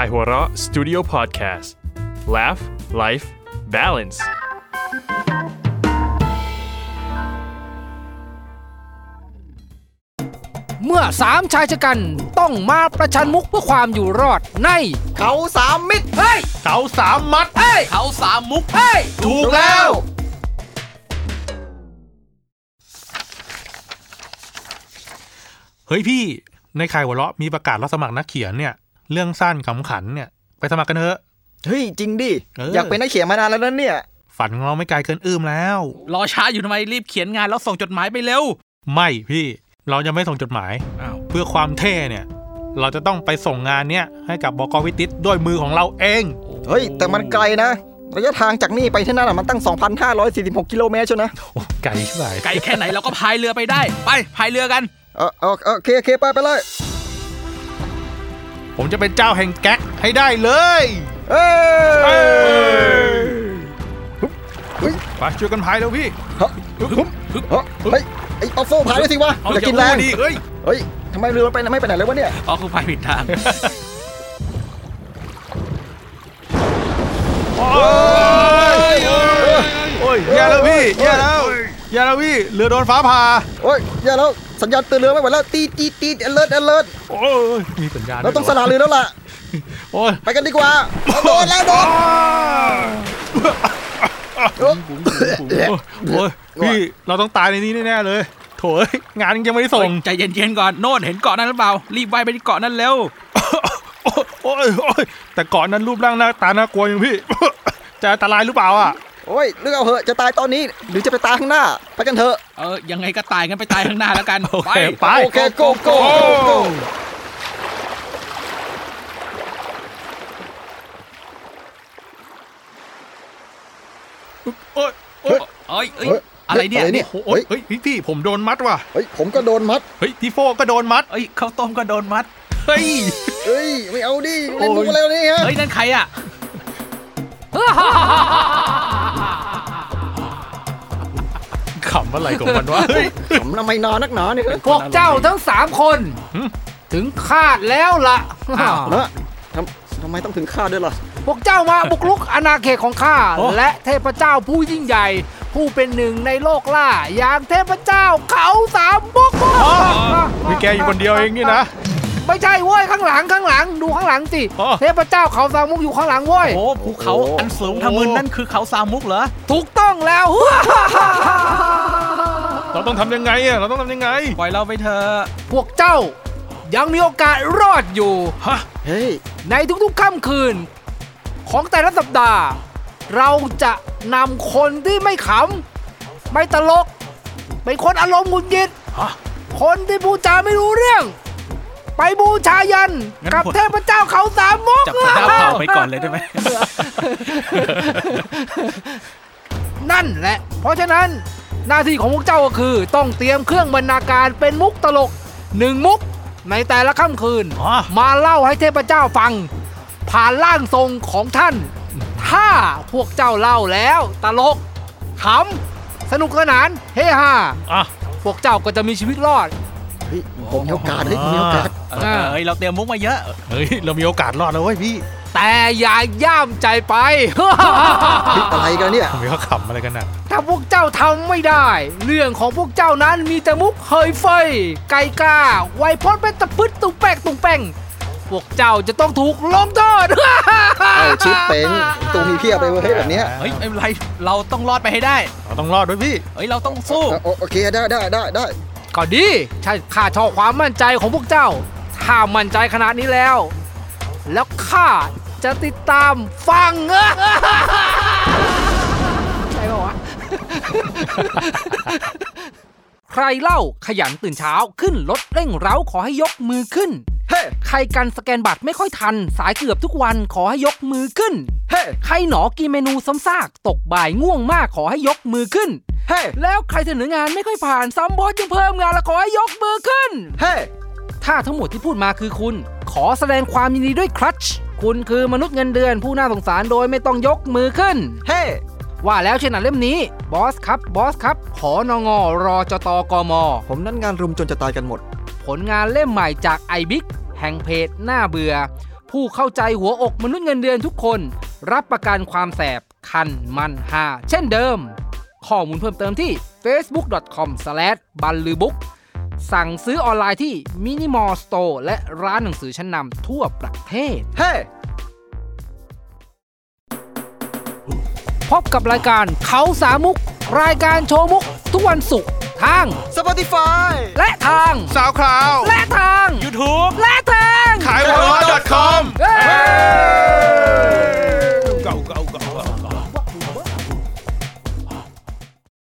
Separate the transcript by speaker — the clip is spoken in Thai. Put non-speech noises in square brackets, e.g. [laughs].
Speaker 1: ายหัวเราะ Studio Podcast Laugh Life Balance
Speaker 2: เมื่อสามชายชะกันต้องมาประชันมุกเพื่อความอยู่รอดใน
Speaker 3: เขาสามมิตร
Speaker 2: เฮ้ย
Speaker 3: เสาสามมัด
Speaker 2: เฮ้ย
Speaker 3: เขาสามมุก
Speaker 2: เฮ้ย
Speaker 3: ถูกแล้ว
Speaker 4: เฮ้ยพี่ในข่ายหัวเราะมีประกาศรับสมัครนักเขียนเนี่ย เรื่องสั้นขำขันเนี่ย ไปสมัครกันเถอะ
Speaker 3: เฮ้ยจริงดิ
Speaker 4: เออ
Speaker 3: อ
Speaker 4: อ
Speaker 3: ยากเป็นนักเขียนมานานแล้วนะเนี่ย
Speaker 4: ฝันของเราไม่ไกลเกินอื้มแล้ว
Speaker 5: รอช้าอยู่ทำไมรีบเขียนงานแล้วส่งจดหมายไปเร็ว
Speaker 4: ไม่พี่เราจะไม่ส่งจดหมาย เพื่อความเท่เนี่ย เราจะต้องไปส่งงานเนี่ยให้กับบกวิติตด้วยมือของเราเอง
Speaker 3: เฮ้ย แต่มันไกลนะ ระยะทางจากนี่ไปที่นั่นอะมันตั้ง 2,546 กิโลเมตรเชียวนะ
Speaker 4: โอ้ไกลที่ไหน
Speaker 5: ไกลแค่ไหนเราก็พายเรือไปได้ ไปพายเรือกัน
Speaker 3: เออเออโอเคโอเคไปไปเลย
Speaker 4: ผมจะเป็นเจ้าแห่งแก๊กให้ได้เลย
Speaker 3: เอ้
Speaker 4: เอ้
Speaker 3: ย
Speaker 4: ย ไปช่วยกันพายเร็วพี่
Speaker 3: เฮ้ยเฮ้ยเฮ้ยไอออฟโซ่พายด้วยสิวะ
Speaker 5: เอา
Speaker 3: จะกิน
Speaker 5: อ
Speaker 3: แร
Speaker 5: ย่าง พูดดิ
Speaker 4: เฮ้ย
Speaker 3: เฮ้ยทำไมเรือมันไปไม่ไปไหนเลยวะเนี่ย
Speaker 5: อ๋อคือพายผิดทาง
Speaker 4: โอ้ยแย่แล้วพี่แย่แล้วแย่แล้วพี่เรือโดนฟ้าผ่า
Speaker 3: โอ้ยอย่าแล้วสัญญาณเตือนเรือไม่ไหวแล้วตีตีตีเลิศเลิศ
Speaker 4: โอ้ยมีสัญญาณ
Speaker 3: เราต้องสละเรือแล้วล่ะ
Speaker 4: โอ้ย
Speaker 3: ไปกันดีกว่าโดนแล้วโดน
Speaker 4: โอ้ยโอ้ยพี่เราต้องตายในนี้แน่ๆเลย โถเอ้ยงานยังไม่ได้ส่ง
Speaker 5: ใจเย็นๆก่อนโน่นเห็นเกาะนั้นหรือเปล่า รีบว่ายไปที่เกาะนั้นเร็ว
Speaker 4: โอ้ยโอ้ยโอ้ยแต่ก่อนนั้นรูปร่างหน้าตาน่ากลัวอย่างพี่ จะอันตรายหรือเปล่าอ่ะ
Speaker 3: โอ้ยเลือกเอาเหอะจะตายตอนนี้ หรือจะไปตายข้างหน้า ไปกันเถอะ
Speaker 5: เออยังไงก็ตายกันไปตายข้างหน้าแล้วกัน
Speaker 4: โอ
Speaker 5: ไป
Speaker 4: เคไป
Speaker 3: โอเคโกโก้โก
Speaker 4: โอ้ยโอ้ย
Speaker 5: เอ้ยเอ้ยอะไรเนี่ย
Speaker 3: เนี่ย
Speaker 4: โอ้ยโอ้
Speaker 3: เฮ้
Speaker 4: ย
Speaker 3: ย
Speaker 4: เฮ้ยพี่พี่ผมโดนมัดว่ะ
Speaker 3: เฮ้ยผมก็โดนมัด
Speaker 4: เฮ้ยพี่โฟก็โดนมัด
Speaker 5: เอ้ยข้าวต้มก็โดนมัด เฮ้ย
Speaker 3: เฮ้ยไม่เอาดิเล่นมุกอะไรวะเนี่ยฮะ
Speaker 5: เฮ้ยนั่นใครอ่ะ
Speaker 4: ขำอะไรของมันวะเฮ้ย
Speaker 3: ผมทำไมนอนนักหนาเนี่ย
Speaker 2: [laughs] พวกเจ้าทั้งสามคน ถึงคาดแล้วล่ะ
Speaker 5: อ้าว
Speaker 3: นะทำทำไมต้องถึงฆ่าด้วยล่ะ
Speaker 2: พวกเจ้ามาบุกรุกอาณาเขตของข้า และเทพเจ้าผู้ยิ่งใหญ่ ผู้เป็นหนึ่งในโลกล่า อย่างเทพเจ้าเขาสามบุก
Speaker 4: มีแกอยู่คนเดียวเองนี่นะ
Speaker 2: ไม่ใช่เว้ยข้างหลังข้างหลังดูข้างหลังสิ
Speaker 4: อ๋อ
Speaker 2: เทพเจ้าเขาสามมุกอยู่ข้างหลังเว้ย
Speaker 5: โอ้ภูเขาอันสูงทะมึนนั่นคือเขาซามุกเหรอ
Speaker 2: ถูกต้องแล้ว [laughs]
Speaker 4: เราต้องทำยังไงอ่ะเราต้องทำยังไง
Speaker 5: ปล่อยเราไปเถอะ
Speaker 2: พวกเจ้ายังมีโอกาสรอดอยู่
Speaker 4: ฮะ
Speaker 3: เฮ้ย
Speaker 2: ในทุกๆค่ำคืน ของแต่ละสัปดาห์ เราจะนำคนที่ไม่ขำ ไม่ตลก เป็นคนอารมณ์หงุดหงิด คนที่พูดจาไม่รู้เรื่อง ไปบูชายัน กับเทพเจ้าเขาสามมก
Speaker 5: จับหน้าเผาไปก่อนเลยได้ไหม
Speaker 2: นั่นแหละ เพราะฉะนั้นหน้าที่ของพวกเจ้าก็คือ ต้องเตรียมเครื่องบรรณาการเป็นมุกตลกหนึ่งมุกในแต่ละค่ำคืน
Speaker 4: อ๋อ
Speaker 2: มาเล่าให้เทพเจ้าฟัง ผ่านร่างทรงของท่าน ถ้าพวกเจ้าเล่าแล้วตลกขำสนุกสนานเฮฮา
Speaker 4: อ่ะ
Speaker 2: พวกเจ้าก็จะมีชีวิตรอด
Speaker 3: เฮ้ยผมมีโอกาสเฮ้ยผมมีโอกาส
Speaker 5: เออเอ้ยเราเตรียมมุกมาเยอะ
Speaker 4: เฮ้ย เรามีโอกาสรอดแล้วเว้ยพี่
Speaker 2: แต่อย่าย่ามใจ
Speaker 4: [laughs]
Speaker 2: ไป
Speaker 3: คิดอะไรกันเนี่ย
Speaker 4: ทำไมเขาขำอะไรกันน่ะ
Speaker 2: ถ้าพวกเจ้าทำไม่ได้ เรื่องของพวกเจ้านั้นมีแต่มุกเฮยเฟยไก่กาไวพจน์เป็นตะพึดตุงแปกตุงแป้งพวกเจ้าจะต้องถูกลงโทษ
Speaker 3: [laughs] เอาชิปเป้งตัวมีเพียบเลยเว้ยเฮ้ยแบบเนี้ย
Speaker 5: เฮ้ยไม่เป็นไรเราต้องรอดไปให้ได้
Speaker 4: เราต้องรอดด้วยพี่
Speaker 5: เฮ้ย เราต้องสู้
Speaker 3: เอาเอาโอเคได้ได้ได้ได้
Speaker 2: ก็ดีใช่ข้าชอบความมั่นใจของพวกเจ้า ถ้ามั่นใจขนาดนี้แล้ว แล้วข้าจะติดตามฟังเออใช่ปะวะ [laughs] ใครเล่าขยันตื่นเช้าขึ้นรถเร่งเร้าขอให้ยกมือขึ้น
Speaker 3: เฮ้ย
Speaker 2: ใครกันสแกนบัตรไม่ค่อยทัน สายเกือบทุกวันขอให้ยกมือขึ้น
Speaker 3: เฮ้ย
Speaker 2: ใครหนอกินเมนูซ้ำซากตกบ่ายง่วงมากขอให้ยกมือขึ้น
Speaker 3: เฮ้ย
Speaker 2: แล้วใครเสนองานไม่ค่อยผ่านซ้ำบอสยังเพิ่มงานและขอให้ยกมือขึ้น
Speaker 3: เฮ้ย
Speaker 2: ถ้าทั้งหมดที่พูดมาคือคุณ ขอแสดงความยินดีด้วยครัช คุณคือมนุษย์เงินเดือนผู้น่าสงสารโดยไม่ต้องยกมือขึ้น
Speaker 3: เฮ้ย
Speaker 2: ว่าแล้วเช่นหนังเล่มนี้ บอสครับบอสครับ ขอนงอรอจตกม
Speaker 3: ผมนั่นงานรุมจนจะตายกันหมด
Speaker 2: ผลงานเล่มใหม่จากไอบิกแห่งเพจหน้าเบื่อ ผู้เข้าใจหัวอกมนุษย์เงินเดือนทุกคน รับประกันความแสบคันมันหาเช่นเดิม ข้อมูลเพิ่มเติมที่ facebook.com s l a s h บันลือบุ๊กสั่งซื้อออนไลน์ที่มินิมอลสโตร์และร้านหนังสือชั้นนำทั่วประเทศ
Speaker 3: เฮ้
Speaker 2: พบกับรายการเขาสามมุก รายการโชว์มุก ทุกวันศุกร์ทาง
Speaker 3: Spotify
Speaker 2: และทาง
Speaker 4: สาวคราว
Speaker 2: และท